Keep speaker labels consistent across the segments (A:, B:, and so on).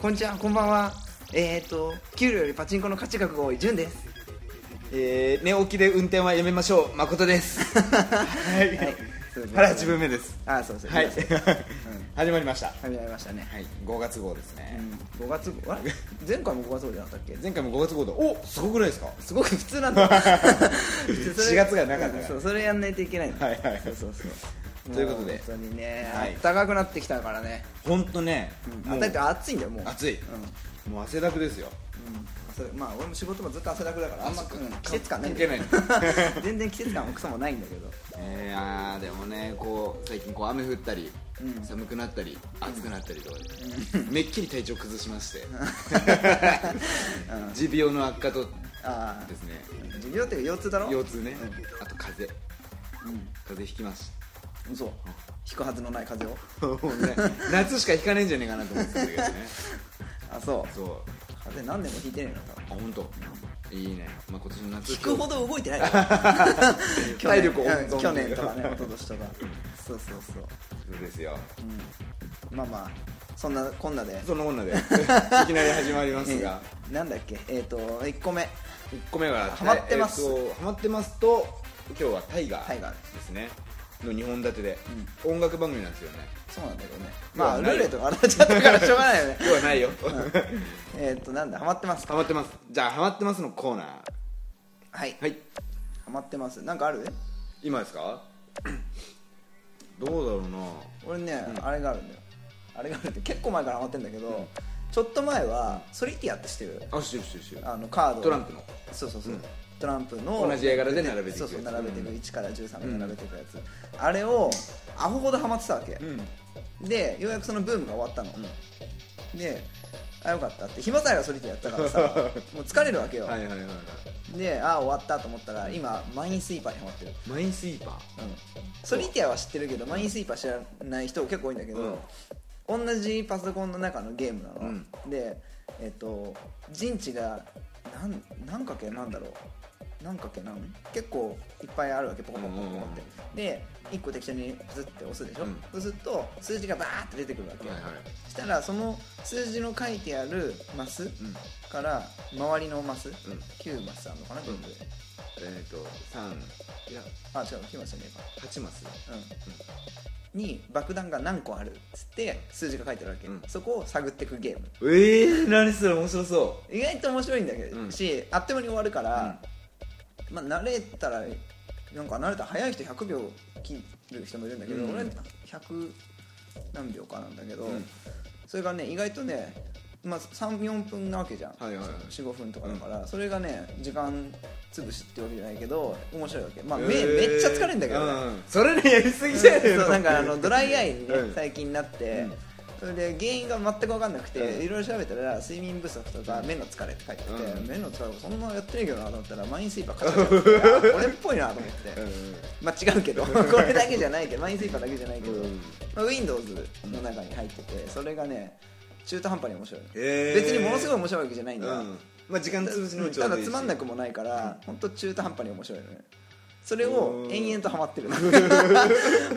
A: こんにちは、こんばんは。えっ、ー、と、給料よりパチンコの価値額が多い潤です。
B: えー、寝起きで運転はやめましょう誠ですはい原自分目です
A: あ、そうそう。
B: はい、
A: 皆さん
B: 始まりました、は
A: 始まりましたね。
B: い、5月号ですね、
A: うん、5月号、あれ前回も5月号じゃなかったっけ
B: 前回も5月号でおすごくないですか
A: すごく普通なんだよ。普通それ
B: 4月がなかったから
A: うんそう、それやんないといけないの。
B: はいはい
A: そうそうそう。
B: ということで
A: も本当にね、
B: はい
A: 暖かくなってきたからね。
B: 本当ね、
A: あ
B: もう
A: だって暑いんだよ、もう。
B: 暑い、もう汗だくですよ
A: うんうんそれまあ、俺も仕事もずっと汗だくだからあんま、うん季節感ないんだよ
B: 関係
A: 全然季節感もクソもないんだけど
B: えー、あーでもねこう最近こう雨降ったり、
A: うん
B: 寒くなったり暑くなったりとかで、めっきり体調崩しまして、 持病の悪化と
A: ああ
B: ですね
A: 授業っていうか腰痛だろ
B: 腰痛ね、
A: うん
B: あと風邪風邪ひきました
A: うんそう引くはずのない風邪を
B: もうね 夏しか引かねえんじゃねえかなと思ってたんだけどね
A: あそう
B: そう
A: 風邪何年も引いてねえのか
B: あ本当。いいね、まあ、今年の夏
A: 引くほ
B: ど
A: ど動いて ないよ
B: 体力温
A: う
B: 存
A: ん去年とかね一昨年とかそうそうそう
B: ですよ
A: まあまあそんなこんなで
B: その女 でいきなり始まりますが
A: えーなんだっけえっと1個目
B: 1個目は
A: ハマってます
B: えーとハマってますと今日はタイガ
A: タイガー
B: ーですねの2本立てで、音楽番組なんですよね
A: そうなんだけどね
B: 要
A: まあ
B: は
A: ル
B: ない
A: ーレットが洗っちゃったから しょうがないよね
B: 今日はないよ、
A: えっとなんだハマってます
B: ハマってますじゃあハマってますのコーナー
A: はい
B: はい
A: ハマってますなんかある
B: 今で すかどうだろうな
A: 俺ね、あれがあるんだよあれがあるって結構前からハマってんだけど、ちょっと前はソリティアってしてる
B: あ知ってる知ってる知ってる
A: あのカードを
B: トランプの
A: そうそうそう、
B: うん
A: トランプの
B: 同じ絵柄で並べていく
A: そうそう
B: やつ
A: 並べていく1から13まで並べていくやつ、あれをアホほどハマってたわけ、
B: うん
A: でようやくそのブームが終わったの、であよかったって暇さえがソリティアやった からさもう疲れるわけよ、
B: はいはいはいはい
A: でああ終わったと思ったら今マインスイーパーにハマってる
B: マインスイーパー
A: ソリティアは知ってるけどマインスイーパー知らない人結構多いんだけど、同じパソコンの中のゲームなの、でえっと陣地がなん何かけなんだろう何かけなん結構いっぱいあるわけポコポコポコポコって、で1個適当にプスって押すでしょ、
B: うん
A: そうすると数字がバーって出てくるわけ、
B: はいはい
A: したらその数字の書いてあるマスから周りのマス、9マスあるのかな全部で、
B: えっ、と三いや
A: あ違う9マスじゃねえか
B: 八マス
A: うん、に爆弾が何個あるっつって数字が書いてあるわけ、
B: うん
A: そこを探っていくゲーム
B: ええー、何それ面白そ
A: 意外と面白いんだけど、
B: うん
A: しあっという間に終わるから、まあ、慣れたらなんか慣れたら早い人100秒切る人もいるんだけど、
B: うん
A: 俺100何秒かなんだけど、
B: うん
A: それがね意外とね、まあ、34分なわけじゃん、
B: はいはいはい
A: 45分とかだから、それがね時間潰しってわけじゃないけど面白いわけ、まあ、
B: う
A: めめっちゃ疲れるんだけどね、
B: うんそれねやりすぎじゃねえ
A: そ
B: の
A: うなんかあのドライアイにね
B: うん
A: 最近になって、
B: うん
A: それで原因が全く分かんなくて、
B: うん
A: いろいろ調べたら睡眠不足とか目の疲れって書いてあって、
B: うん
A: 目の疲れそんなやってないけどなと思ったらマインスイーパー買っちゃ ったからこれっぽいなと思って、
B: うん
A: まあ違うけ どこれだけじゃないけどマインスイーパーだけじゃないけど、
B: うん
A: まあ、Windows の中に入っててそれがね中途半端に面白い、
B: えー
A: 別にものすごい面白いわけじゃないんだよ、
B: うんまあ時間潰しの
A: ただつまんなく
B: も
A: もないから、ほんと中途半端に面白いのねそれを延々とハマってる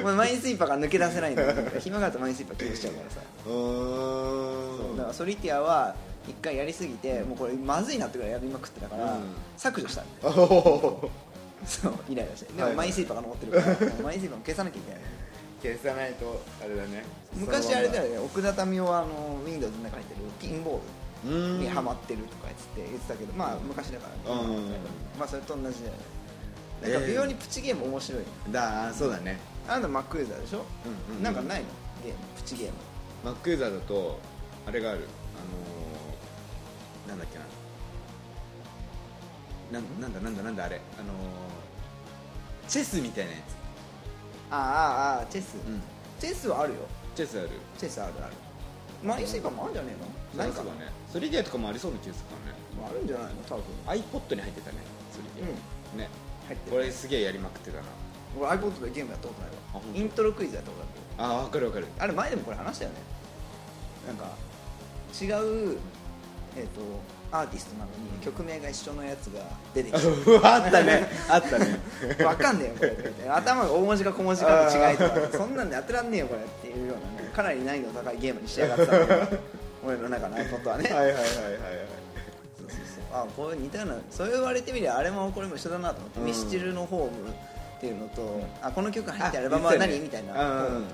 A: もうマインスイーパーが抜け出せないんだよ暇があるとマインスイーパー気にしちゃうからさ
B: うーん
A: だからソリティアは一回やりすぎてもうこれまずいなってぐらいやりまくってたから、
B: うん
A: 削除したんだよ
B: おお
A: そうイライラしてで
B: はい
A: も
B: は
A: マ
B: い
A: インスイーパーが残ってるからもうマインスイーパーも消さなきゃいけない
B: 消さないとあれだね
A: 昔あれだよ
B: よ
A: ね奥田民生はあの Windows の中に入ってるピンボール
B: うーん
A: にハマってるとか言って言ってたけどまあ昔だから、
B: うん
A: まあそれと同じだよねなんか微妙にプチゲーム面白い、
B: だそうだね
A: あなたマックユーザーでしょ、
B: うんうんうん
A: なんかないのゲームプチゲーム
B: マックユーザーだとあれがあるあのー、なんだっけななんなんだなんだなんだあれあのー、チェスみたいなや
A: ああああチェス、
B: つ、うん、
A: チェスはあるよ
B: チェスある
A: チェスあるあるマイスイカもあるんじゃねえの
B: な
A: ないい
B: か
A: か
B: ね
A: な
B: ソリディアとかもありそうな気がする
A: あるんじゃないの多分
B: からね iPod に入ってたねソリディア、ね
A: 入って
B: こ
A: る
B: れすげえやりまくってたな
A: 俺 iPod でゲームやったことない
B: あ
A: わ
B: 本当
A: イントロクイズやったことある
B: あーわかるわかる
A: あれ前でもこれ話したよねなんか違うえっ、とアーティストなのに曲名が一緒のやつが出てき
B: あったねあった ね
A: てわかんねえよこれってみたいな頭が大文字か小文字かの違いとかそんなんで当てらんねえよこれっていうようなねかなり難易度の高いゲームに仕上がってたんだけど俺の中の iPod はね
B: はいはいはいはい
A: そうそうそうあこういう似たようなそう言われてみりゃあれもこれも一緒だなと思って、
B: うん
A: ミスチルのホームっていうのと、あこの曲入って
B: あ
A: アルバムは何、
B: 言っ
A: み
B: て
A: た
B: た
A: いな
B: ね
A: ホームと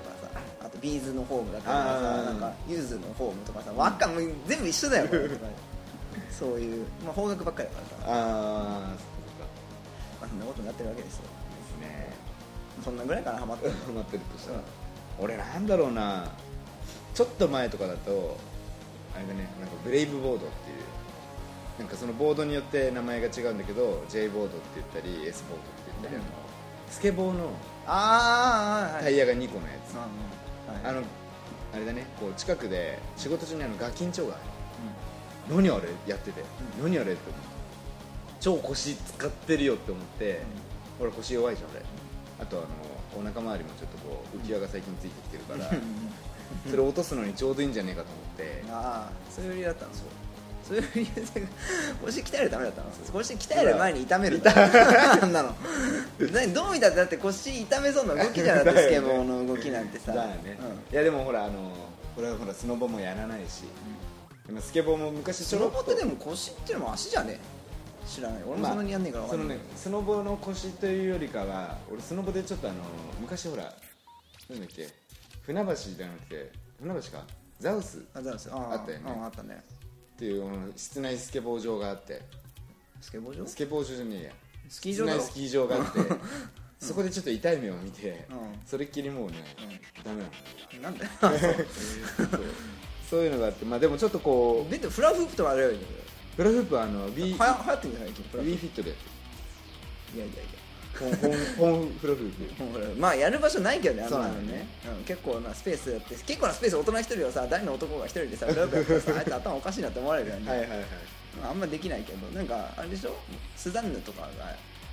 A: かさあとビーズのホームだから
B: あー
A: さなんかユーズのホームとかさわっかもう全部一緒だよこれとかそういう、まあ、方角ばっかりだからさ、
B: ああそうか
A: まあ、そんなことになってるわけですよ
B: ですね
A: そんなぐらいかなハマ ってる
B: ハマってるとしたら、
A: うん
B: 俺なんだろうなちょっと前とかだとあれだねなんかブレイブボードっていうなんかそのボードによって名前が違うんだけど J ボードって言ったり S ボードって言ったり、
A: うん
B: あのスケボーの
A: ああは
B: タ
A: い
B: イヤが2個のやつ、
A: うんは
B: あ
A: い
B: のあれだねこう近くで仕事中にあのガキンチョがある何あれやってて、
A: う
B: 何あれって思って超腰使ってるよって思って、俺腰弱いじゃん俺あとあのお腹周りもちょっとこう浮き輪が最近ついてきてるから
A: うんうん
B: それ落とすのにちょうどいいんじゃねえかと思って
A: ああそういう理由だったのそうそういう理由で腰鍛えるためだったの腰鍛える前に痛めるんだあんなの何どう見たってだって腰痛めそうな動きじゃなくてスケボーの動きなんてさ
B: だよね、いやでもほらあのこれはほらスノボもやらないし、でもスケボーも昔
A: ス
B: ちょろ
A: ノ
B: っと
A: ボってでも腰っていうのも足じゃね知らない俺もそんなにやんねえから分
B: そ
A: か
B: の
A: んない
B: ねスノボの腰というよりかは俺スノボでちょっとあの昔ほらなんだっけ船橋じゃなくて船橋かザウスっ
A: あざますああ
B: あったよね
A: うんあったね
B: ていうあの室内スケボー場があって
A: スケボー場
B: スケボー場じゃねえや
A: スキー場だ
B: 室
A: ろ
B: 内スキー場があ ってそこでちょっと痛い目を見て、
A: うん
B: それっきりもうね、ダメなの
A: なんだよ
B: そうそういうのがあってまあでもちょっとこう
A: でフラフープとかあれより
B: フラフープはあの B
A: はや流行ってんじゃないフラ
B: B
A: フー
B: フィットで
A: プいやいやいや
B: ポンポンポンフラフープ
A: もうほら まあやる場所ないけどねあんな
B: そうな
A: の
B: のね
A: ね、うん、結構なスペースだって結構なスペース大人一人はさ誰の男が一人 でさブラブラやってさあいつ頭おかしいなって思われるよね、
B: はいはいはい
A: まああんまできないけどなんかあれでしょスザンヌとか
B: あ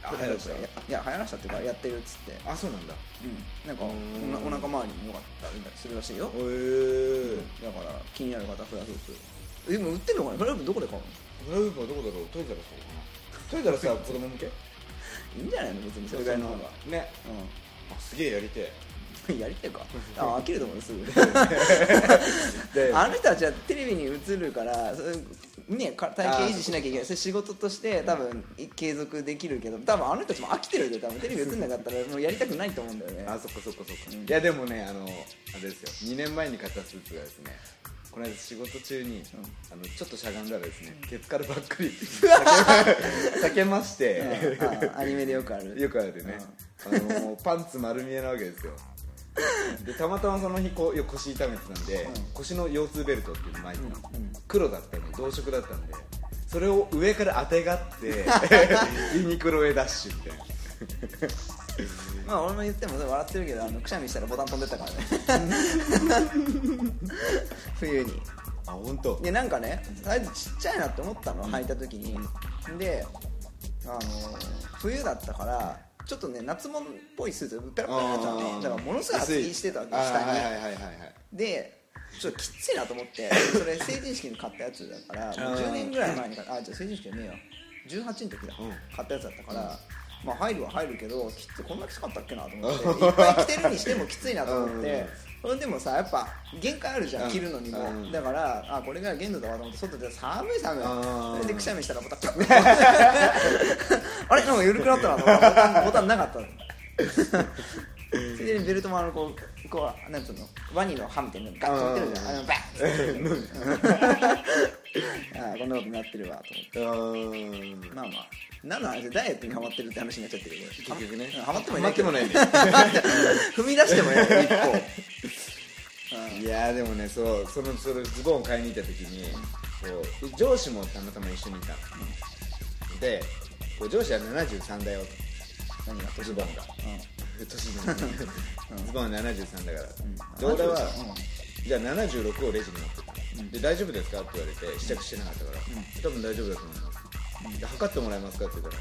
A: が
B: 流行らした
A: いやいや流行らしたっていうかやってるっつって、
B: あそうなんだ
A: うん、なんか
B: うん
A: おなお腹周りも良かったりするらしいよ
B: へえ
A: だから気になる方はフラフープでも売ってるのかなフラフープどこで買うの
B: フラフープはどこだろうトイザらストイザラスは子供向け
A: いいんじゃないの別にそれぐらいの方が
B: ねあすげえやりて
A: うん やりてえかあ飽きると思うよ すぐ
B: え
A: あの人たちはテレビに映るから、そうね、か体型維持しなきゃいけないそれ仕事として多分い継続できるけど多分あの人たちも飽きてるで多分テレビ映んなかったらもうやりたくないと思うんだよね
B: あそっかそっかそっか
A: うん
B: いやでもねあのあれですよ2年前に買ったスーツがですねこの間仕事中に、あのちょっとしゃがんだらですねケツからばっくり避けまして、
A: うんあアニメでよくある
B: よくあるね、あのもうパンツ丸見えなわけですよでたまたまその日こう腰痛めてたんで、
A: うん
B: 腰の腰痛ベルトっていうの巻いてたの、
A: うんうん
B: 黒だったんで同色だったんでそれを上からあてがって ユニクロへダッシュみたいな
A: まあ俺も言っても笑ってるけどあのくしゃみしたらボタン飛んでったから ね 冬に
B: あ本当。
A: でなんかねサイズちっちゃいなって思ったの履いた時にであの冬だったからちょっとね夏物っぽいスーツペラペラになっちゃって
B: あー
A: だからものすごい厚着してたわけ
B: あー
A: 下
B: はい
A: に
B: はいはいはいはい
A: でちょっときっついなと思ってそれ成人式に買ったやつだからもう10年ぐらい前に買ったあじゃあ成人式じゃねえよ18の時だ、
B: うん
A: 買ったやつだったから、まあ入るは入るけどきついこんなきつかったっけなと思 っていっぱい着てるにしてもきついなと思っ
B: う
A: て
B: ん。
A: それでもさやっぱ限界あるじゃ
B: うん
A: ん着るのにも、
B: うん
A: だからあこれが限度だわと思って外で寒い寒い
B: うん
A: それでくしゃみしたらボタン あれなんか緩くなったなと思ったらボタンボタンなかったのついでにベルトもあのこうこうなんつうのワニの歯みたいなのガッと持ってるじゃんあのバッあーこんなことになってるわと思って
B: うーん
A: まあまあ何の話ダイエットにハマってるって話になっちゃってるけど
B: 結局ね
A: うんハマってもい
B: ハ
A: な
B: マ
A: い
B: っ
A: け
B: て
A: ど
B: もないね
A: 踏み出してもいない一歩
B: いやーでもねそうそのそれズボンを買いに行った時にこうで上司もたまたま一緒にいたの、でこう上司は73だよ
A: 何が
B: ズボンが年じゃないズボンは73だから、
A: うん
B: で俺は、
A: う
B: じゃあ76をレジに持ってった、
A: うん
B: で大丈夫ですかって言われて試着してなかったから、多分大丈夫だと思います、で測ってもらえますかって言った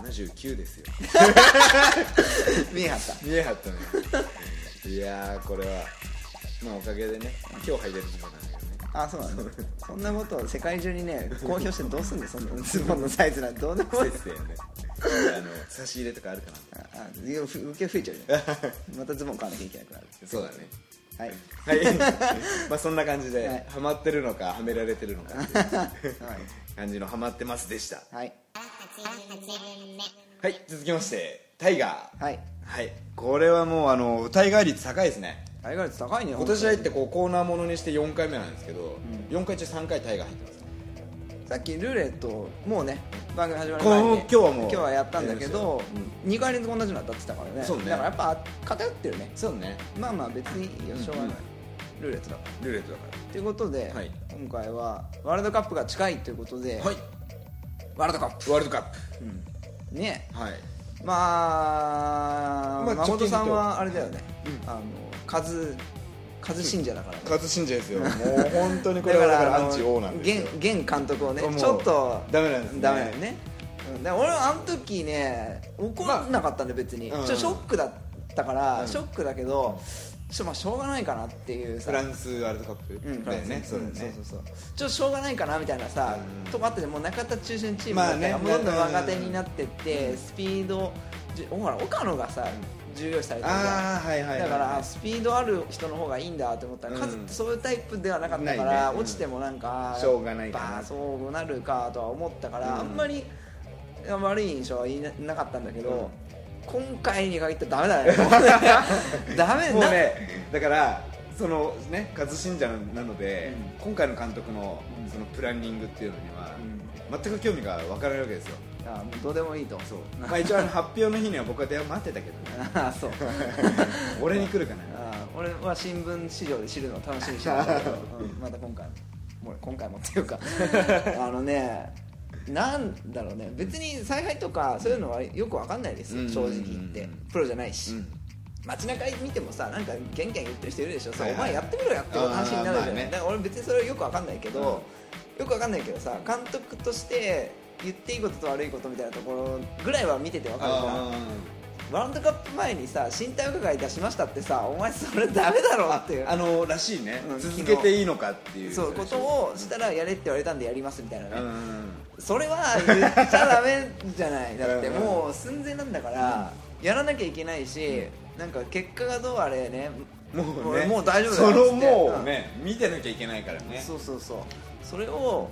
B: ら79ですよ
A: ん見えはった
B: 見えはったねいやーこれはまあおかげでね今日履いてるズボンなんだけどね
A: あそうなんだそんなことを世界中にね公表してどうすんだよそんなズボンのサイズなんてどうでもいい
B: 節制ねあの差し入れとかあるかな
A: ああいやふ受け増えちゃうじ ゃんまたズボン買わなきゃいけなくなる
B: そうだね
A: はい
B: はいまあそんな感じで、
A: はい
B: ハマってるのかはめられてるのかっていう
A: は
B: 感じのハマってますでした
A: いはい
B: はい続きましてタイガー
A: はい
B: はいこれはもうあのタイガー率高いですね
A: タイガー率高いね
B: 今年入ってこうコーナーものにして4回目なんですけど、4回中3回タイガー入ってます
A: さっきルーレットもうね番組始まる
B: この
A: 前に
B: 今日はもう
A: 今日はやったんだけど2回連続同じの当たってたからね
B: そうね
A: だからやっぱ偏ってるね
B: そうね
A: まあまあ別にいいよしょうがないルーレットだから
B: ルーレットだか
A: ということで、
B: はい
A: 今回はワールドカップが近いということで、
B: はい
A: ワールドカッ
B: ワールドカッ
A: プね
B: プはい
A: まあ、
B: まあ
A: 誠さんはあ
B: 直
A: れだよね、あの数数信者だからね、
B: 勝信者ですよもう本当にこ
A: だ
B: れ
A: か
B: はだ
A: ら
B: か
A: あ
B: ら
A: の
B: アンチ王なんですよ
A: 現現監督をね
B: もう
A: ちょっと
B: ダメなんですね
A: ダメだよねうんだから俺はあの時ね怒らなかったんで別に、
B: まあうん
A: ちょっとショックだったから、
B: うん
A: ショックだけどちょっとまあしょうがないかなっていうさ
B: フランスワールドカッ
A: うん
B: プだよね
A: フ
B: そ
A: ラ
B: うだ
A: ン
B: よ
A: スそう
B: ね
A: そうそうちょっとしょうがないかなみたいなさ、
B: うん
A: とこあったじゃんもう中田中心チームだったから、
B: まあ
A: も
B: ね
A: うどんどん若手になってって、スピードじゅほら岡野がさ、重要視されてるじゃん
B: ああはいはいはい
A: だからあスピードある人の方がいいんだと思ったら、
B: うん
A: 数ってそういうタイプではなかったか
B: ない
A: ら、
B: ねうん
A: 落ちてもなんか
B: しょうがないかな
A: バーンそうなるかとは思ったから、
B: うん
A: あんまりいや悪い印象はいななかったんだけど、
B: うん
A: 今回に限ってダメだ ねダメ
B: もう
A: な
B: ねだからそのね勝信者なので、今回の監督の
A: うん
B: そのプランニングっていうのには
A: う、ん
B: 全く興味が分からないわけですよ
A: あもうどうでもいいと
B: そう、まあ、一応あの発表の日には僕は電話待ってたけどね
A: あそう
B: 俺に来るかな
A: あ俺は新聞市場で知るのを楽しみにしてたんだけど、うんまた今回ももう今回もっていうか あのねなんだろうね別に采配とかそういうのはよくわかんないですよ、
B: うん
A: 正直言って
B: うん
A: プロじゃないし、
B: うん
A: 街中見てもさなんかギャンギャン言ってる人いるでしょ、さ
B: はいはい
A: お前やってみろやって話になるじゃ
B: あーまあ
A: ない、
B: ね
A: だから俺別にそれはよくわかんないけど、よくわかんないけどさ監督として言っていいことと悪いことみたいなところぐらいは見ててわかるから
B: あ
A: ワールドカップ前にさ身体伺い出しましたってさお前それダメだろってい
B: ー
A: う
B: あのらしいね、
A: うん
B: 続けていいのかっていう
A: そうことをしたらやれって言われたんでやりますみたいな
B: う
A: ね、
B: ん
A: それは言っちゃダメじゃないだって
B: うん
A: もう寸前なんだから、やらなきゃいけないし、なんか結果がどうあれね
B: もうね
A: もう大丈夫だよ
B: その
A: っつって
B: もうね、見てなきゃいけないから
A: うん
B: ね
A: そうそうそうそれを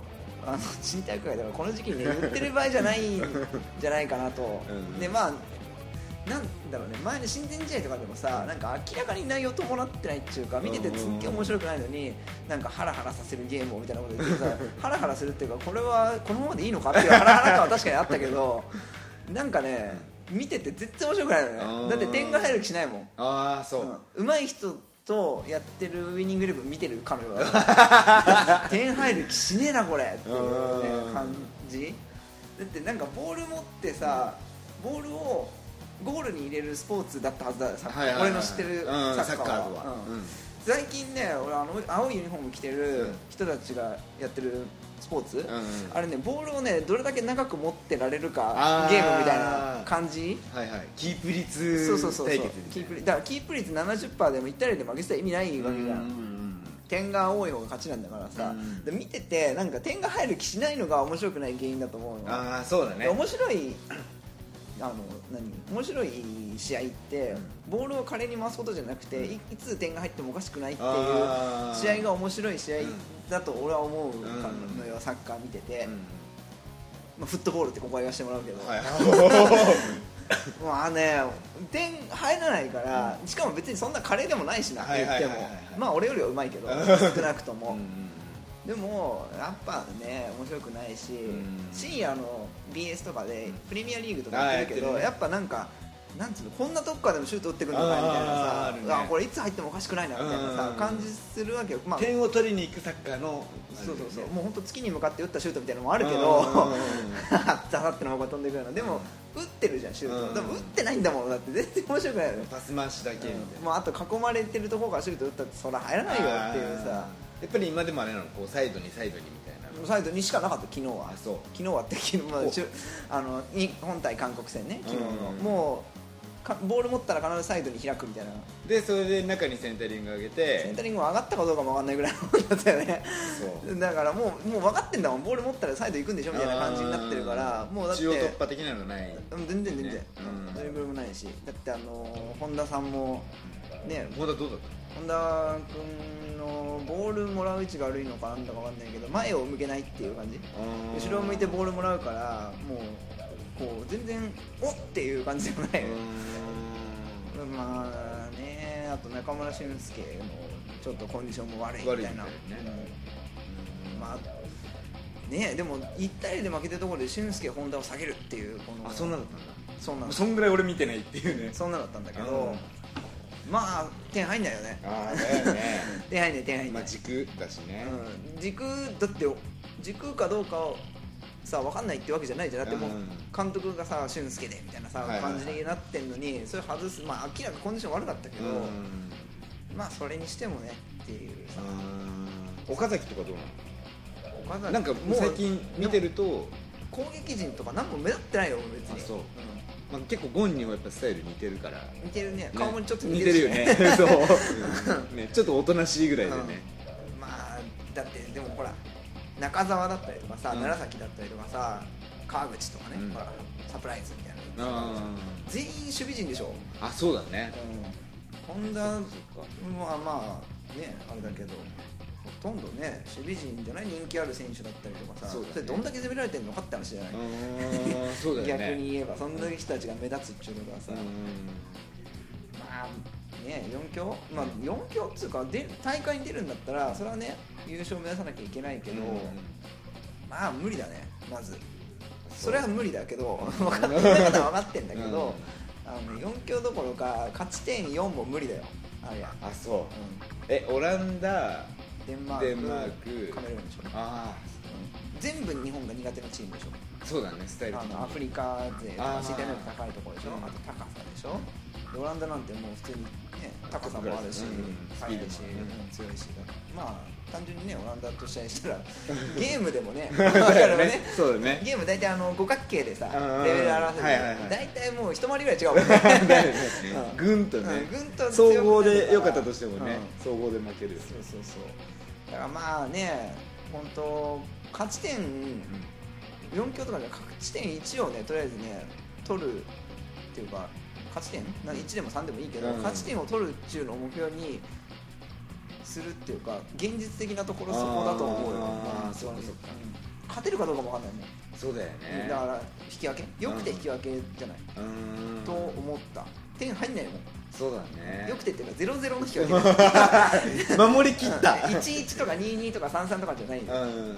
A: あの賃貸会だからこの時期に、ね、言ってる場合じゃないんじゃないかなと、
B: うん
A: でまあなんだろうね前の親善試合とかでもさなんか明らかに内容伴ってないっていうか見ててすっげえ面白くないのになんかハラハラさせるゲームをみたいなこと言って さハラハラするっていうかこれはこのままでいいのかっていうハラハラ感は確かにあったけどなんかね見てて絶対面白くないの
B: うん
A: ねだって点が入る気しないもん
B: ああそう、
A: うまい人とやってるウィニングイレブン見てる彼女 は点入る気しねえなこれっていうね、
B: うん
A: 感じだってなんかボール持ってさボールをゴールに入れるスポーツだったはずだよサッカー
B: はいはいはい
A: 俺の知ってるサッ
B: うん
A: カーは,うん、
B: サッカーはうん
A: 最近ね俺あの青いユニフォーム着て
B: う
A: る
B: ん
A: 人たちがやってるスポーツ、
B: んうん
A: あれねボールをねどれだけ長く持ってられる
B: あ
A: か
B: ー
A: ゲームみたいな感じ
B: はいはいキープ率
A: そうそうそうそう
B: 対決みた
A: キ
B: い
A: ー
B: な
A: プ率だからキープ率70%でも1対0で負けてたら意味ないわけじゃ
B: うん
A: ん
B: うんうん
A: 点が多い方が勝ちなんだからさ、
B: うん
A: で見ててなんか点が入る気しないのが面白くない原因だと思うの
B: ああそうだね
A: で面白いあの何面白い試合って、ボールを華麗に回すことじゃなくていいつ点が入ってもおかしくないっていう
B: あー
A: 試合が面白い試合だと俺は思うのよ、
B: う
A: サッカー見てて、
B: うん
A: まあ、フットボールってここは言わせてもらうけど、
B: はい はい
A: まあね点入らないから、しかも別にそんな華麗でもないしなっ
B: は
A: て
B: い
A: 言っ
B: はい
A: て
B: はいは
A: も
B: い
A: まあ俺よりはうまいけど少なくとも、
B: うんうん
A: でもやっぱね面白くないし、
B: ん
A: 深夜の BS とかでプレミアリーグとか
B: あー
A: やってるけど
B: や
A: や
B: ってるね
A: っぱなんかなんつうのこんなとこからでもシュート打ってくるのかいみたいな
B: あーあ
A: さ
B: るね
A: うわこれいつ入ってもおかしくないなみたいな
B: う
A: さ
B: ん
A: 感じするわけよ、まあ、
B: 点を取りに行くサッカーの
A: そうそうそう
B: あ
A: もう本当月に向かって打ったシュートみたいなのもあるけ
B: うん
A: ど
B: うんうん
A: ザザっての方が飛んでくるのでも打ってるじゃんシュー
B: うん
A: トでも打ってないんだもんだって全然面白くないのよ
B: れねパス回しだけみたいな、
A: もうあと囲まれてるところからシュート打ったってそら入らないよっていうさ
B: やっぱり今でもあれなのこうサイドにサイドにみたいな
A: サイドにしかなかった昨日は
B: あそう
A: 昨日はって昨日、まあ
B: お
A: しゅ、あの日本対韓国戦ね昨日の
B: うん
A: もうかボール持ったら必ずサイドに開くみたいな
B: でそれで中にセンタリング上げて
A: センタリングも上がったかどうかも分かんないぐらいのもんだったよね
B: そ
A: だからもうもう分かってんだもんボール持ったらサイド行くんでしょみたいな感じになってるから
B: あー
A: もうだって
B: 中央突破的なのない
A: うん全然全然
B: ねうん
A: ドリブルもないしだってあの本田さんもね
B: 本田どうだっ
A: 本田君のボールもらう位置が悪いのかなんだか分かんないけど前を向けないっていう感じ
B: たの
A: 後ろを向いてボールもらうからもうこう全然おっっていう感じでもな
B: う
A: い、
B: ー
A: まあねあと中村俊輔もちょっとコンディションも悪いみたいな
B: 悪いみたいね
A: うん
B: ん
A: まあねでも1対0で負けたところで俊輔本田を下げるっていうこの
B: あそんなだったんだ
A: そんなの
B: そんぐらい俺見てないっていうね
A: そんなだったんだけどまあ点入んないよね
B: ああだよね
A: 点入んない点入ん
B: ま
A: ない、
B: あ軸だしね
A: うん、軸だって軸かどうかをさ分かんないってわけじゃないじゃんだってもう
B: うん
A: 監督がさ俊介でみたいなさ
B: はいはいはい
A: 感じになってんのにそれ外すまあ明らかコンディション悪かったけ
B: う
A: ど
B: ん
A: まあそれにしてもねっていうさ
B: うん岡崎とかどう
A: 岡
B: な
A: 崎
B: のなんかもう最近見てると
A: 攻撃陣とか何も目立ってないよ別に
B: あそうまあ結構ゴンにもやっぱスタイル似てるから
A: うん似てるね
B: ね
A: 顔もちょっと
B: 似てるよね そうねちょっとおとなしいぐらいでね
A: まあだってでもほら中澤だったりとかさ
B: うん
A: 楢崎だったりとかさ川口とかね
B: うん
A: ほらサプライズみたいな
B: あ
A: 全員守備陣でしょ
B: ーあそうだね
A: 本田は
B: そっか
A: まあねあれだけどほとんどね守備陣じゃない人気ある選手だったりとかさ
B: そうだね
A: れどんだけ攻められてるのかって話じゃない、
B: うーんそうだよね
A: 逆に言えばそんだけ人たちが目立つっていうのがさ、
B: うん
A: まあね4強まあ4強っつうかで大会に出るんだったらそれはね優勝目指さなきゃいけないけど、
B: うん
A: まあ無理だねまず
B: そう
A: それは無理だけど 分かってる方は分かってんだけど、あの4強どころか勝ち点4も無理だよあれや、
B: あそう
A: う
B: えオランダ
A: ん、デンマーク
B: デンマーク
A: カメルーンでしょ、うん
B: あ
A: 全部日本が苦手なチームでしょ
B: あそうだねスタイル
A: あ
B: 的に
A: のアフリカ勢とか
B: あー
A: 身体能力高いところでしょ
B: うん
A: あと高さでしょでオランダなんてもう普通に、ね、高さもあるし
B: うん
A: 速いし、
B: スピードもね
A: うん強いしまあ単純にねオランダと試合した らゲームでもね
B: そう
A: 分か
B: だ
A: る
B: よ
A: よね
B: ねそうだね
A: ゲーム大体あの五角形でさ
B: うん
A: レベル表せる
B: はいはいはい
A: 大体もう一回りぐらい違うもんね
B: だよね
A: うん
B: ぐんとね
A: うんぐんと強くなるから
B: 総合で良かったとしてもね
A: う
B: 総合で負ける
A: そうそうそうだからまあね本当勝ち点4強とかじゃなくて勝ち点1をねとりあえずね取るっていうか勝ち点な1でも3でもいいけど、
B: うん
A: 勝ち点を取るっていうのを目標にするっていうか現実的なところそこだと思うよ
B: あー
A: うん
B: そっかそっか
A: うん勝てるかどうかもわかんないもん、
B: そうだよね
A: だから引き分けよくて引き分けじゃない、
B: うーん
A: と思った点入んないもん
B: そうだね
A: よくてっていうか0-0の引き分けだ
B: 守りきった
A: 1-1とか2-2とか3-3とかじゃない
B: うん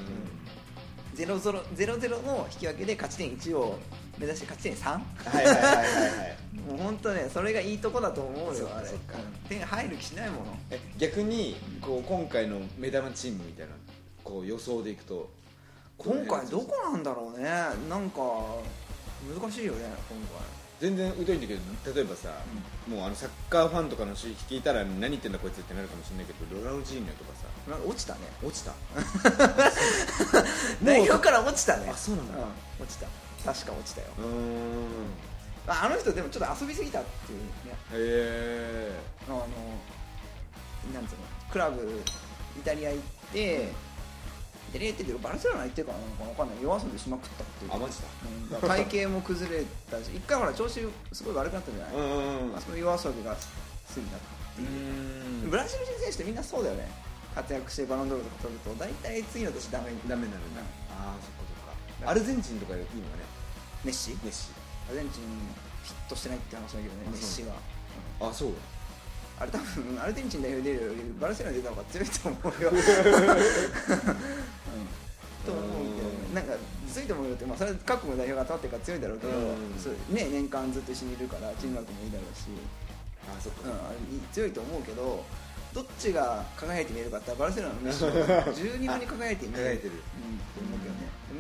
A: 0-0 0-0の引き分けで勝ち点1を目指して勝ち点 3?
B: はいはいはいはいはい
A: もう本当ねそれがいいとこだと思う
B: そっ
A: よ
B: か
A: あれ
B: そっか
A: うん点入る気しないもの
B: え逆にこう今回の目玉チームみたいなこう予想でいくと
A: 今回どこなんだろうねなんか難しいよね今
B: 全然疎いんだけど例えばさ、もうあのサッカーファンとかの人聞いたら何言ってんだこいつってなるかもしれないけどロナウジーニョとかさ
A: 回なんか落ちたね
B: 落ちた
A: 代表から落ちたね
B: あそうなんだ
A: 落ちた確か落ちたよ
B: うーん
A: ああの人でもちょっと遊びすぎたっていうね
B: へえ
A: あのなんつうのクラブイタリア行って、イタリア行ってっていうかバルセロナ行ってからなのかわかんない夜遊びしまくったっていう
B: あマジだ
A: うんだから体型も崩れたし一回ほら調子すごい悪くなったじゃない、
B: うんうんうん
A: あその夜遊びが過ぎたっていう、ブラジル人選手ってみんなそうだよね活躍してバロンドールとか取ると大体次の年ダメに
B: ダメになるんだああそっかそっかアルゼンチンとかいいのかね
A: メッシ
B: メッシ
A: アルゼンチンヒットしてないって話だけどね
B: あそう
A: メッシは
B: あそう
A: あれ多分アルゼンチン代表出るよりバルセロナ出た方が 強いと思うよ、うんと思うけどねなんかず強いと思うよって、まあ、それは各国の代表が集まってるから強いだろうけど、
B: うん
A: そうね、年間ずっと一緒にいるからチームワークもいいだろうし、
B: あそっ
A: うん、
B: か、
A: あれいい強いと思うけどどっちが輝いて見えるかって言ったらバルセロナのメッシの十二分に輝いて見えるう
B: 輝いてる
A: ん、と思うけどね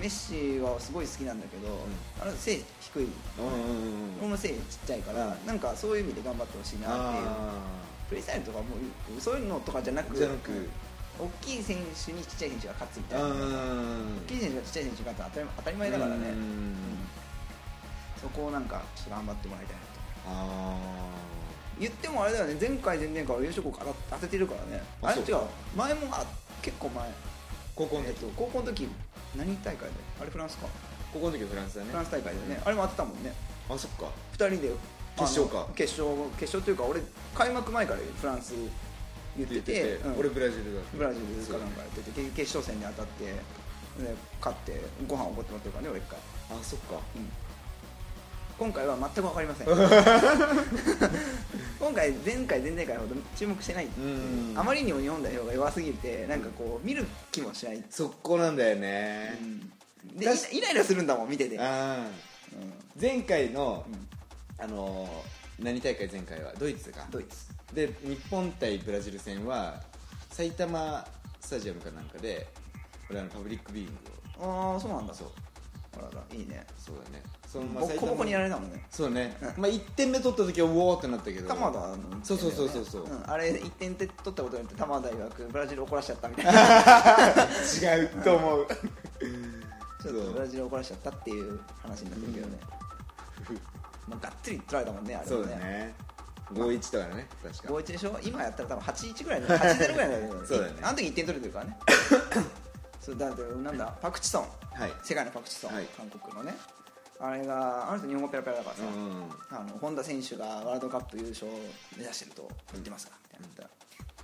A: メッシはすごい好きなんだけど、
B: ん
A: あの背低い
B: うんうんうん
A: この背ちっちゃいからなんかそういう意味で頑張ってほしいなっていう
B: あ
A: プレースタイルとかもうそういうのとかじゃな
B: あ
A: く
B: じゃなく
A: 大きい選手にちっちゃい選手が勝つみた
B: あ
A: いな
B: あ
A: 大きい選手がちっちゃい選手が勝つのは当たり前当たり前だからね、そこをなんかちょっと頑張ってもらいたいなと
B: あ
A: 言ってもあれだよね前回前々回優勝国当ててるからね
B: あ
A: あれ
B: そう
A: 違う前もあ結構前
B: あ高校の
A: えっ
B: 時
A: と高校の時何大会であれフランスか
B: 高校の時はフランスだね
A: フランス大会でねあれも当てたもんね
B: あそっか
A: 2人であの
B: 決勝か
A: 決勝決勝というか俺開幕前からフランス言っててうん
B: 俺ブラジルだった
A: ブラジルですかなんかやってて結局決勝戦に当たってで勝ってご飯をおごってもらってるからね俺一回、
B: あそっか
A: うん今回は全く分かりま せん今回前回前々回ほど注目してないっていう
B: うん
A: あまりにも日本代表が弱すぎてなんかこう見る気もしない、う
B: そこなんだよね、
A: んでイライラするんだもん見てて、うん
B: あー前回の、
A: うん
B: あのー何大会前回はドイツか
A: ドイツ
B: で日本対ブラジル戦は埼玉スタジアムかなんかで俺あのパブリックビーイングを
A: ああそうなんだ
B: そう
A: あららいいね
B: そうだねその、
A: ボッコボコにやられたもんね
B: そうね、
A: う
B: まあ、1点目取った時はうおーってなったけど
A: 玉田の、
B: そうそうそうそうそうん
A: あれ1点取ったことによって玉田曰くブラジル怒らしちゃったみ たいな
B: 違うと思う
A: ちょっとブラジル怒らしちゃったっていう話になってるけどね、まあ、がっつり取られたもんねあれ
B: そ
A: も
B: うだ
A: ね
B: ね5-1だからね確か
A: 5 1でしょ今やったら多分8-1ぐらいだ8-0ぐらいだよね
B: そうだね
A: あの時1点取れてる からねそうだってなんだパクチソン
B: はい
A: 世界のパクチソン、
B: はい
A: 韓国のねあれがあの人日本語ペラペラだからさ、
B: うん
A: あの本田選手がワールドカップ優勝を目指してると言ってますかみたいな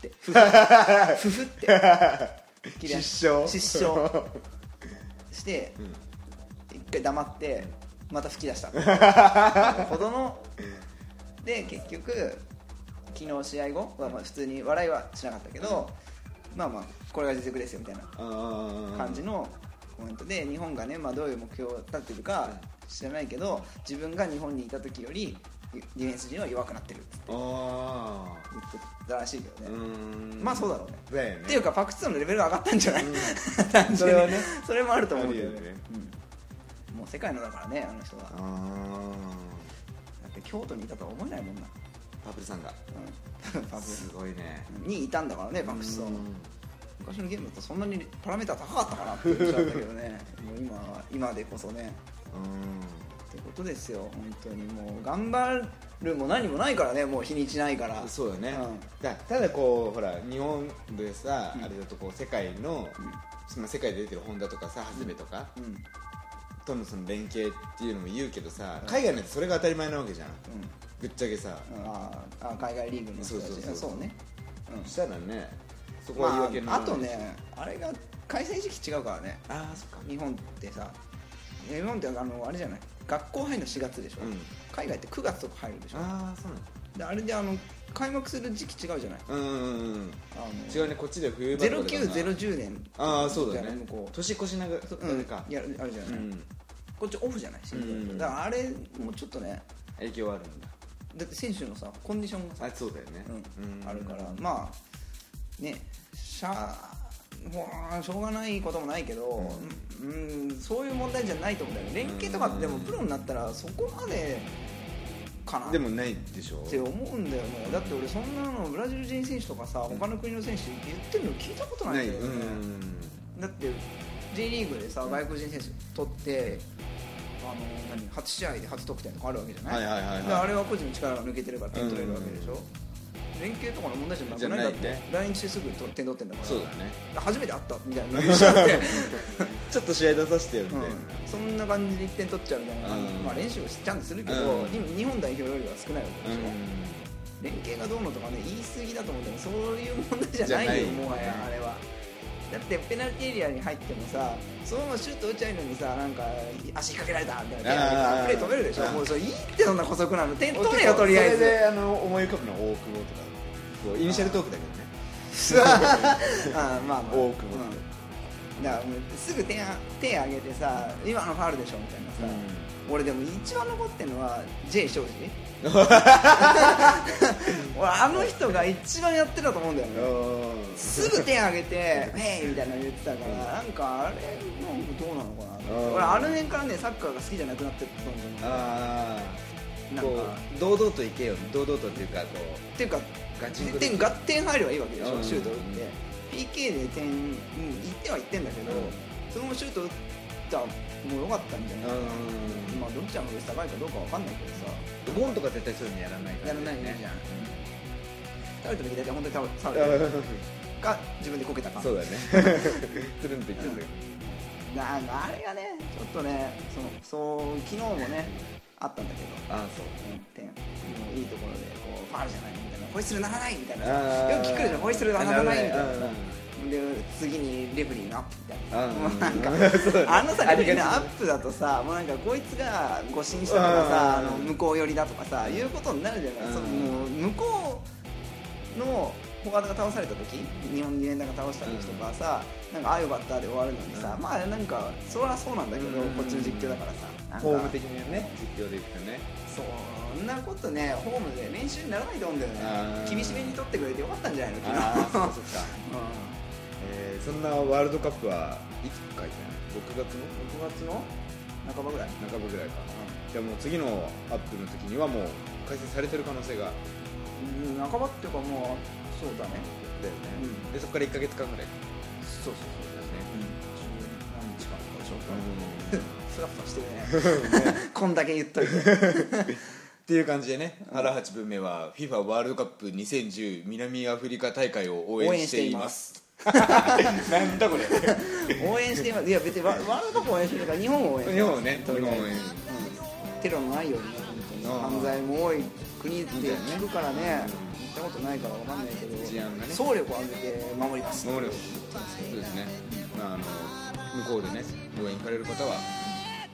A: 言ったらでふふふふって切り出し
B: 失笑
A: 失笑して
B: うん
A: 一回黙ってまた吹き出した ほどので結局昨日試合後はまあ普通に笑いはしなかったけど、まあまあこれが実力ですよみたいな
B: あー
A: 感じのコメントで日本がね、まあ、どういう目標を立ってるか知らないけど自分が日本にいた時よりディフェンス陣は弱くなってるって
B: あ
A: 言ってたらしいけど
B: ーう
A: ね、
B: ーん
A: まあそうだろうね
B: だよね
A: っていうかパク・チソンのレベルが上がったんじゃ ない、
B: それはね
A: それもあると思うけど
B: あるよ
A: ね
B: ね
A: うんもう世界のだからねあの人は
B: あ
A: だ
B: あ
A: って京都にいたとは思えないもんな、
B: パブルさんが
A: うん、パ
B: す
A: ブ
B: ごいね
A: にいたんだからねパク・チソ
B: う
A: ン
B: ん
A: 昔のゲームだとそんなにパラメーター高かったかなって思っちゃったけどねもう今は今でこそねってことですよ本当にもう頑張るも何もないからねもう日にちないから
B: うんそうだね、
A: うん
B: だただこうほら日本でさ、
A: うん
B: あれだとこう世界の、
A: うん
B: その世界で出てるホンダとかさハズベとか、
A: うんうん
B: とのその連携っていうのも言うけどさ、海外なんてそれが当たり前なわけじゃんぶっちゃけさ、
A: うんあーあ海外リーグの人たち
B: そうそうそう
A: そうね、うん
B: したらねそこは言い
A: ま
B: 訳にな
A: あ、
B: ら
A: あ
B: ない
A: とねあれが開催時期違うからね
B: ああそっか
A: 日本ってさ日本ってあのあれじゃない学校入るの4月でしょ、
B: うん
A: 海外って9月とか入るでしょ
B: ああそうなんだ
A: であれであの開幕する時期違うじゃない
B: うんうんうんうん
A: あの
B: 違うねこっちで冬場とかだから
A: 090年
B: ああそうだね
A: 向こう
B: 年越しながら
A: うん
B: か
A: やるあるじゃ
B: う
A: ない、
B: ん
A: こっちオフじゃないシーズン
B: うん
A: だからあれもちょっとね
B: 影響はあるんだ
A: だって選手のさコンディションがさ、
B: あそうだよね
A: うんあるからまあねしゃもうしょうがないこともないけど、うんうんそういう問題じゃないと思うんだよね連携とかってでもプロになったらそこまでかな
B: でもないでしょ
A: って思うんだよねだって俺そんなのブラジル人選手とかさ他の国の選手言ってるの聞いたことないんだよ
B: う
A: ね、
B: ん
A: だって J リーグでさ外国人選手取ってあの何初試合で初得点とかあるわけじゃない,、
B: はいはいはいはい
A: であれは個人の力が抜けてるから点取れるわけでしょ、連携とかの問題じゃなくない
B: じゃ
A: だっ
B: ないね
A: て来日してすぐ点取ってんだから
B: そうだね
A: 初めて会ったみたいな 感じだって、
B: ちょっと試合出させてよみ
A: う
B: たい
A: ん
B: な
A: そんな感じで1点取っちゃうみたいな感じ、
B: うん
A: まあ、練習をちゃんとするけど、
B: うん
A: 今日本代表よりは少ないわけでし
B: う
A: ょ、
B: ん
A: 連携がどうのとかね言い過ぎだと思うけどそういう問題じゃないよ
B: じゃないよ
A: もはやあれはだってペナルティーエリアに入ってもさそのままシュート打ちゃいのにさなんか足引っ掛けられたみたいな手挙げて
B: あ
A: さプ
B: ー
A: レー止めるでしょ
B: あー
A: もうそれいいってそんな古速なの点取れよとりあえ
B: それ
A: ず
B: であの思い浮かぶのは大久保とかこうイニシャルトークだけどね
A: あーまあまあ
B: 大久保
A: うんだからもうすぐ手あ手挙げてさ今のファウルでしょみたいなさ、俺でも一番残ってるのは J 庄司俺あの人が一番やってたと思うんだよねすぐ手挙げて「ヘイ!」みたいなの言ってたからなんかあれなんかどうなのかな
B: うん
A: 俺あの辺からねサッカーが好きじゃなくなってったんだよね
B: ああ
A: なん
B: こ
A: か
B: う堂々といけよ堂々とっていうかこう
A: っていうか
B: ガチンコで
A: 点合点入ればいいわけでし
B: う
A: ょ
B: ん
A: シュート打って PK で点うん1点は1点だけど
B: うん
A: そのままシュート打ったらもう良かったんじゃないまあどっちが上高いかどうかわかんないけどさ
B: うんゴンとか絶対そういうのやらないから
A: やらないねじゃん倒れた時だけ本当に倒れ倒れてる
B: う
A: か自分でこけたか
B: んそうだね つるんといってる
A: なんかあれがねちょっとねそのそう昨日もねあったんだけど
B: ああそう
A: うん点もういいところでこうファウルじゃないみたいなホイッスル鳴らないみたいな
B: あー
A: よく聞くでしょホイッスル鳴らないみたいな
B: うんうん
A: で次にレフェリーのアップみたいなもう
B: うん
A: なんか
B: そうだね
A: あのさレフェリーの
B: ありがちだね
A: アップだとさもうなんかこいつが誤信したとかさあ
B: うん
A: の向こう寄りだとかさいうことになるじゃな
B: う
A: い
B: ん
A: そのもう向こうのフォワードが倒された時日本ディフェンダーが倒した時とかさなんかああよかったで終わるのにさ
B: うん
A: まあなんかそりゃそうなんだけど
B: うん
A: こっちの実況だからさなんか
B: ホーム的なね実況でいくとね
A: そんなことねホームで練習にならないと思うんだよね
B: うん
A: 厳しめに取ってくれてよかったんじゃないの昨
B: ああ
A: 日
B: そっかそっか えーそんなワールドカップはいつ開催6月の
A: うん6月の半ばぐらい
B: 半ばぐらいかじゃあもう次のアップの時にはもう開催されてる可能性が
A: うん、半ばっていうかもうそうだね
B: だよね、
A: うん
B: でそこから1か月間ぐらい
A: そうそうそううん何日間かでしょうか、
B: だね
A: ふ
B: うん
A: らふら してるねこんだけ言っといて
B: っていう感じでね、原八分目は FIFA ワールドカップ2010南アフリカ大会を応援しています。 なんだこれ。
A: 応援してますいや別にワワールドカップ応援してるから日本を応援して
B: 日
A: ます
B: 本をね、日
A: とりあえ
B: 本
A: ず
B: を応
A: う
B: 援。
A: んテロのないようにね
B: あ
A: 本当
B: あ
A: に犯罪も多い国って
B: みたいなね
A: 聞くからね
B: うん
A: 行ったことないからわかんないけど
B: 治安がね
A: 総力を挙げて守ります
B: 守る。そうですね。まああの向こうでね、応援行かれる方は、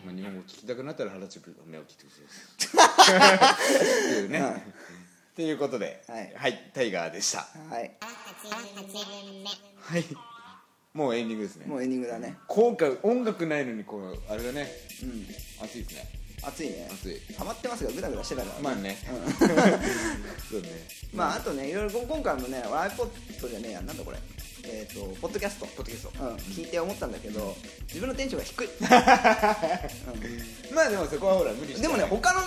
B: まあ日本語聞きたくなったら原八分目を聞いてください。っていう ね。っていうことで、
A: はい
B: はい、タイガーでした。
A: はい
B: はい。もうエンディングですね
A: も。うエンディングだね
B: 今回音楽ないのにこうあれだね、
A: うん
B: 熱いですね。
A: 暑いね
B: 熱い。
A: 溜まってますがグダグダしてたからね
B: まあね。 そうね。
A: まああとねいろいろこ今回もね iPod じゃねえやなんだこれえっ、とポッドキャストポッドキャスト、うん、聞いて思ったんだけど自分のテンションが低い、
B: まあでもそこはほら無理し
A: うん
B: て
A: でもね他のね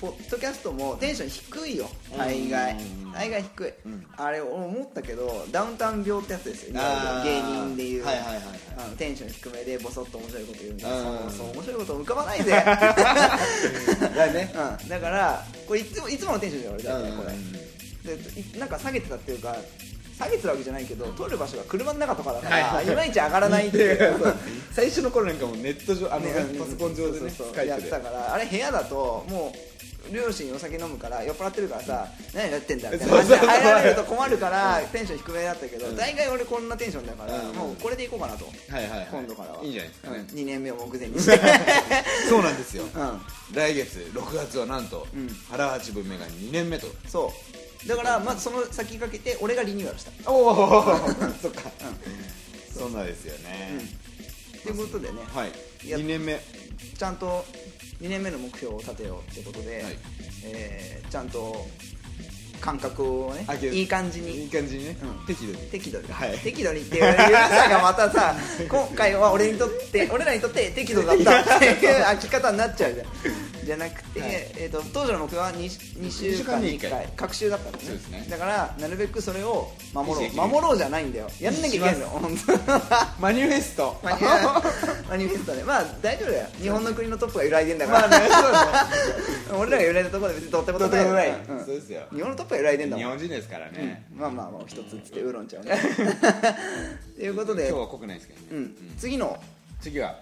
A: ポッドキャストもテンション低いよ大概
B: うん
A: 大概低い、
B: うん
A: あれ俺思ったけどダウンタウン病ってやつですよいわ
B: あー
A: ゆる芸人でいう、
B: はいはいはいはい
A: あのテンション低めでボソッと面白いこと言うんだけ
B: う
A: ど
B: ん
A: そう面白いこと浮かばないぜ、
B: だね
A: うん、だからこれいつもいつものテンションじゃん俺だよね
B: うん
A: これ、でいなんか下げてたっていうか下げてたわけじゃないけど撮る場所が車の中とかだから、
B: はい
A: い、まいち上がらないっていう そう
B: 最初の頃なんかもうネット上あの、
A: ね
B: パソコン上で
A: そ
B: ね
A: うそう
B: ス
A: そ
B: カ
A: う
B: イ
A: やっ
B: プ
A: て
B: で
A: たからあれ部屋だともう両親お酒飲むから酔っ払ってるからさ何やってんだみたいな感じで
B: そうそうそう
A: 入られると困るからテンション低めだったけど、
B: うん
A: 大概俺こんなテンションだから、
B: うん
A: もうこれでいこうかなと、
B: はいはい、はい、
A: 今度からはい
B: いんじゃないですかね、
A: 2年目を目前に して、
B: そうなんですよ
A: うん、
B: 来月6月はなんと、
A: うん
B: 原八分目が2年目と
A: そうだからまずその先かけて俺がリニューアルした
B: おお そっか、 そうなんですよね、
A: ということでね、
B: はい
A: や
B: 2年目
A: ちゃんと2年目の目標を立てようってことで、
B: はい
A: えーちゃんと感覚をね
B: あけど
A: いい感じ
B: いい
A: に
B: 感じにね、
A: うん
B: 適度に
A: 適度に、
B: はい
A: 適度にっていうさがまた さ今回は俺にとって俺らにとって適度だったっていう 飽き方になっちゃうじゃんじゃなくて、
B: はい
A: えー、と当時の目標は 2, 週間に
B: 二週間に一
A: 1
B: 回
A: 回隔週だったのね
B: そうですね
A: だからなるべくそれを守ろ
B: 意識
A: う守ろうじゃないんだよやんなきゃいけないの本当
B: マニフェスト
A: マニフェマニフェストねまあ大丈夫だよ日本の国のトップが揺らいでんだから、
B: まあねそう だね
A: 俺らが揺らいだところで別にどうってことないうん
B: そうですよ
A: 日本のトップが揺らいでんだも
B: 日
A: ん、
B: 本人ですからね、
A: まあまあまあ一つっつってウーロンちゃんをねということで
B: 今日は濃くないですけどね、
A: う
B: うん
A: ん、次の、
B: 次は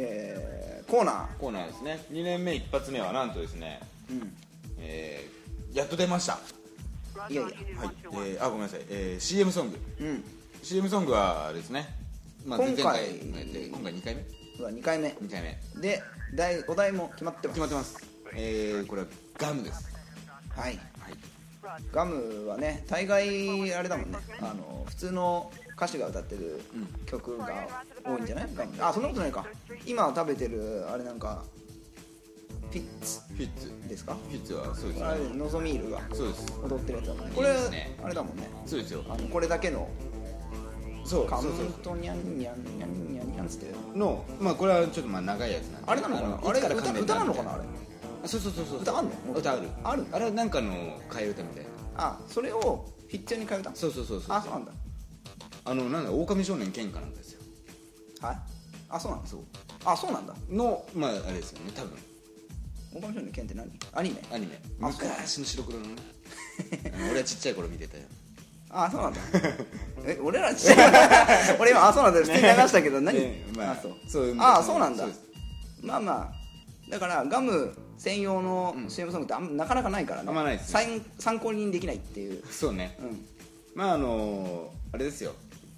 A: えーコーナー、
B: コーナーですね2年目一発目はなんとですね、
A: うん、
B: えーやっと出ました、
A: いやいや
B: はいえーあごめんなさい、えー CM ソング
A: うん、
B: CM ソングはですね、まあ、
A: 今回
B: 前々もやって今回2回目
A: うわ2回目
B: 2回目
A: で題お題も決まってます
B: 決まってます、えー、これはガムです、
A: はい
B: はい、
A: ガムはね大概あれだもんねあの普通の歌手が歌ってる
B: うん
A: 曲が多いんじゃないあそんなことないか今食べてるあれなんかピッツ
B: フィッツ
A: ですか
B: フィッツはそうです
A: あ
B: よ
A: れ
B: ね
A: ノゾミールが
B: そうです
A: 踊ってるやつだもんねこれ
B: いいですね
A: あれだもんね
B: そうですよ
A: あのこれだけの
B: そう
A: カ
B: そう
A: ウン
B: そう
A: トニャンニャンニャンニャンニャンっつって
B: のまあこれはちょっとまあ長いやつなんで
A: あれなのかな
B: の
A: あれ
B: いつから
A: 歌
B: 関連
A: 歌なのか
B: み
A: なあ
B: たい
A: れ
B: あそうそうそうそう
A: 歌あんの
B: 歌ある
A: ある
B: あれはなんかの替え歌みたいな
A: あそれをピッチャーに変えた
B: そうそうそうそう
A: あそうなんだ
B: あのなんだ狼少年喧嘩なんですよ
A: はいあそうなんだ
B: そう
A: あそうなんだ
B: のまああれですよね多分
A: オオカミ少年の剣って何アニメ
B: アニメ
A: あそう
B: 昔の白黒 のねあの俺はちっちゃい頃見てたよ
A: あそうなんだえ俺らちっちゃい俺今あそうなんだよ普通に流したけど何、
B: ねまあ
A: あそう
B: そう
A: あそうなんだ
B: そうです
A: まあまあだからガム専用の
B: うん
A: CM ソングってあんなかなかないからね
B: あんまないです
A: さん参考にできないっていう、
B: そうね
A: うん、
B: まああのあれですよ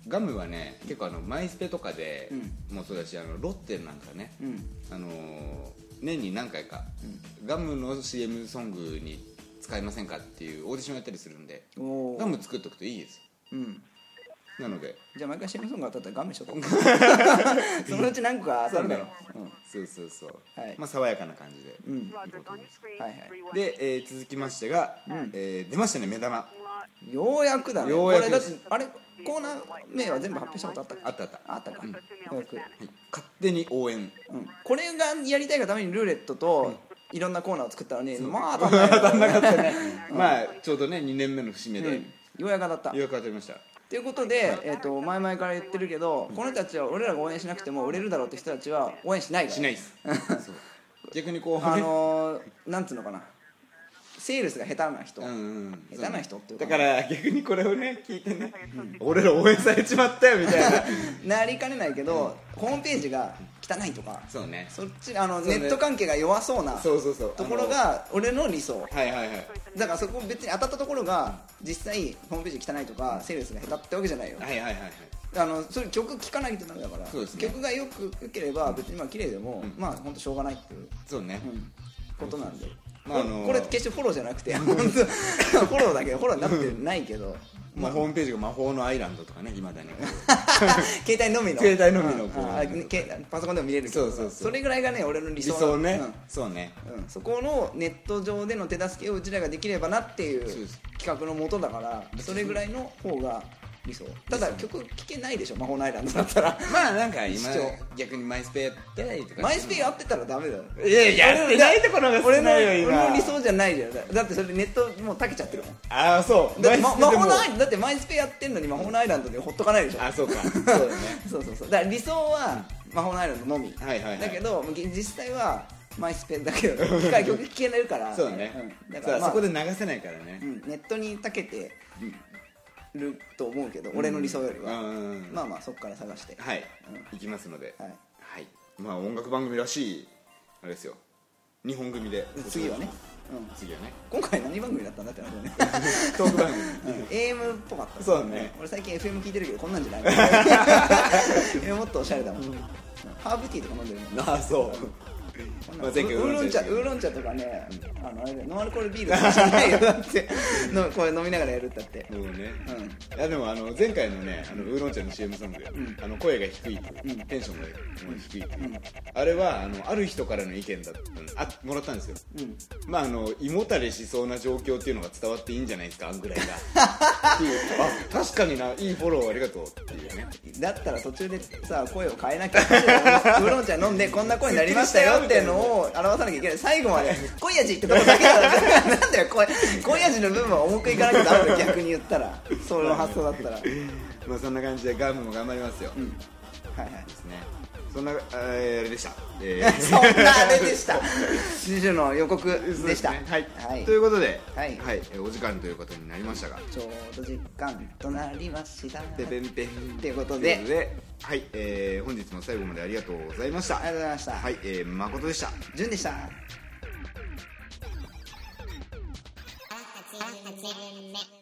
B: ガムはね結構あのマイスペとかでもそうだしあのロッテなんかね
A: うん
B: あの年に何回かガムの CM ソングに使いませんかっていうオーディションやったりするんで
A: おー
B: ガム作っとくといいです
A: うん
B: よなので
A: じゃあ毎回 CM ソング当たったらガムしとこう そのうち何個か当たるだろう、うん
B: そうそうそう、
A: はい
B: まあ爽やかな感じで、
A: うん
C: はいはいで
B: で、えー続きましてが、
A: うん
B: えー出ましたね目玉あ
A: ようやくだね
B: ようやく
A: これだっ
B: で
A: てあれコーナー名は全部発表したことあったっけ
B: ったあった、
A: あったか、
C: うん
A: ようやく、
B: はい勝手に応援
A: うん、これがやりたいがためにルーレットといろんなコーナーを作ったのに、まあ当たんない
B: なかったねまあちょうどね2年目の節目
A: うん
B: で、
A: ようやく当たった
B: 予約当たりました
A: ということで、えー、と前々から言ってるけど、この人たちは俺らが応援しなくても売れるだろうって人たちは応援しないから
B: しないっすそう逆にこう
A: あのー、なんつうのかなセールスが下手な人、
B: うんうん
A: 下手な人っていうか
B: だから逆にこれをね聞いてね俺ら応援されちまったよみたいな
A: なりかねないけど、ホームページが汚いとか
B: そうね
A: そっちあの、
B: そうね
A: ネット関係が弱そうな
B: そうそうそう
A: ところが俺の理想
B: あのはいはいはい
A: だからそこ別に当たったところが実際ホームページ汚いとかセールスが下手ってわけじゃないよ
B: はいはいはいはい
A: あのそれ曲聴かないとダメだから、
B: そうですね
A: 曲がよく良ければ別にまあ綺麗でも、
B: うん
A: まあ本当しょうがないっていう、
B: そうね、
A: うんことなんで、
B: まああのー
A: これ決してフォローじゃなくて本当フォローだけどフォローになってないけど
B: まあ、ホームページが魔法のアイランドとかねい まだに
A: 携帯のみの
B: 携帯のみの
A: うん
B: こう
A: あけパソコンでも見れるけど
B: そうそうそう
A: れぐらいがね俺の理
B: 理
A: 想
B: 想ね、
A: うん
B: そうね
A: うんそこのネット上での手助けをうちらができればなってい
B: そう
A: う
B: です
A: 企画のもとだからそれぐらいの方が理想ただ曲聴けないでしょ魔法のアイランドだったら
B: まあなんか今
A: 一緒
B: 逆にマイスペやったらいいとか
A: マイスペやってたらダメだよ
B: いやいややってないところが
A: 俺
B: 少
A: の
B: ないよ
A: 俺
B: 今
A: の理想じゃないじゃんだだってそれネットもうたけちゃってるもん
B: ああそう
A: だって、ま、
B: マ
A: 魔
B: イスペでも
A: 法のアイだってマイスペやってんのに魔法のアイランドでほっとかないでしょ
B: あそうかそうだね
A: そうそうそうだから理想は魔法のアイランドのみ、
B: はいはいはい
A: だけどもう実際はマイスペだけ ど機械曲聴けれるから
B: そうね、
A: うんだ
B: だ
A: か、
B: からら
A: まあ、
B: そこで流せないからね、
A: うんネットにたけてると思うけど、俺の理想よりは、
B: うん
A: まあまあそこから探して、
B: はい、
A: うん
B: 行きますので
A: はい、
B: はい、まあ音楽番組らしいあれですよ日本組で
A: 次はね、うん、
B: 次はね
A: 今回何番組だったんだってなるよね
B: トーク番組
A: AM っぽかった
B: そうね
A: 俺最近 FM 聞いてるけどこんなん じゃないえもっとおしゃれだもん、ハーブティーとか飲んでるもん
B: ああそう
A: こんな
B: まあ
A: ウ
B: 前回
A: ーロン茶ウーロン茶とかね、あのあれだよノンアルコールビールとかじゃないよだってのこれ飲みながらやるったって
B: もうね、
A: う
B: いやでもあの前回のねあのウーロン茶の CM ソング、あの声が低い、テンションが低い、あれはあのある人からの意見だったのあもらったんですよ、まああの胃もたれしそうな状況っていうのが伝わっていいんじゃないですかあ んぐらいがっていうあ確かにないいフォローありがとうっていうね
A: だったら途中でさ声を変えなきゃいけないウーロン茶飲んでこんな声になりましたよっていうのを表さなきゃいけない最後まで「濃い味」ってとこだけだからなんだよ濃い濃い味の部分は重くいかなきゃダメだよ逆に言ったらその発想だったらはい
B: まあそんな感じでガムも頑張りますよ、
A: ん
B: で
A: はい
B: すねそんなあーあれでした、え ー
A: そんなあれでした次週の予告でした
B: そうすねはい、
A: はい
B: ということで、
A: はい
B: えーお時間ということになりましたが
A: ちょうど時間となりました
B: ペペンペン
A: ということ
B: という
A: で
B: ことで、はい、えー本日も最後までありがとうございまし
A: あ
B: た。
A: りがとうございました、
B: はい、えー誠でした。
A: じゅんでした
D: 8年目